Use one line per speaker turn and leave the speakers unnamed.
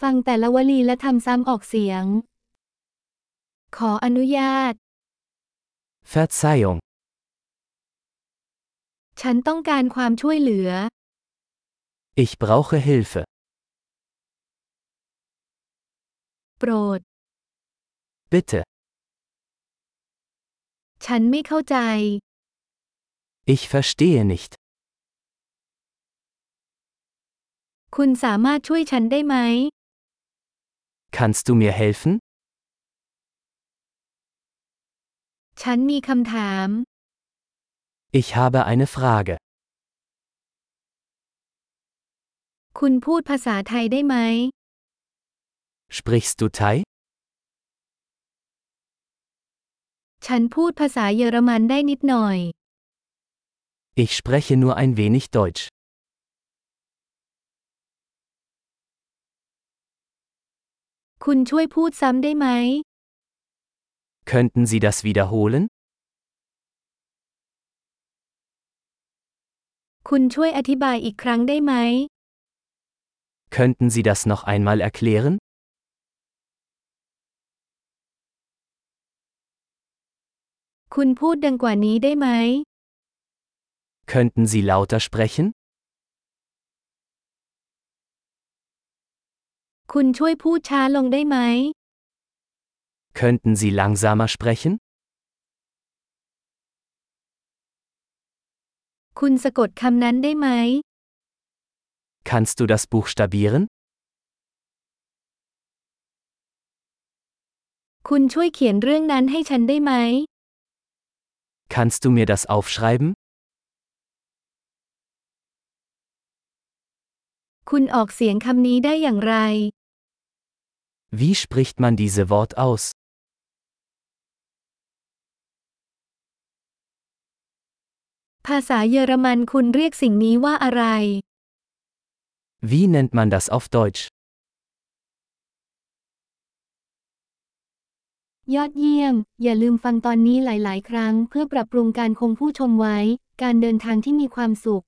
ฟังแต่ละวลีและทำซ้ำออกเสียง ขออนุญาต
Verzeihung,
ฉันต้องการความช่วยเหลือ
ich brauche Hilfe.
โปรด
Bitte,
ฉันไม่เข้าใจ
ich verstehe nicht.
คุณสามารถช่วยฉันได้ไหม
Kannst du mir helfen?
ฉันมีคำถาม
Ich habe eine Frage.
คุณพูดภาษาไทยได้ไหม
Sprichst du Thai?
ฉันพูดภาษาเยอรมันได้นิดหน่อย
Ich spreche nur ein wenig Deutsch.
คุณช่วยพูดซ้ำได้ไหม
Könnten Sie das wiederholen?
คุณช่วยอธิบายอีกครั้งได้ไหม
Könnten Sie das noch einmal erklären?
คุณพูดดังกว่านี้ได้ไหม
Könnten Sie lauter sprechen?
คุณช่วยพูดช้าลงได้ไหม
Könnten Sie langsamer sprechen?
คุณสะกดคำนั้นได้ไหม
Kannst du das buchstabieren?
คุณช่วยเขียนเรื่องนั้นให้ฉันได้ไหม
Kannst du mir das aufschreiben?
คุณออกเสียงคำนี้ได้อย่างไร
Wie spricht man diese Wort aus?
ภาษาเยอรมันคุณเรียกสิ่งนี้ว่าอะไร
Wie nennt man das auf Deutsch?
ยอดเยี่ยม อย่าลืมฟังตอนนี้หลาย ๆ ครั้ง เพื่อปรับปรุงการคงผู้ชมไว้ การเดินทางที่มีความสุข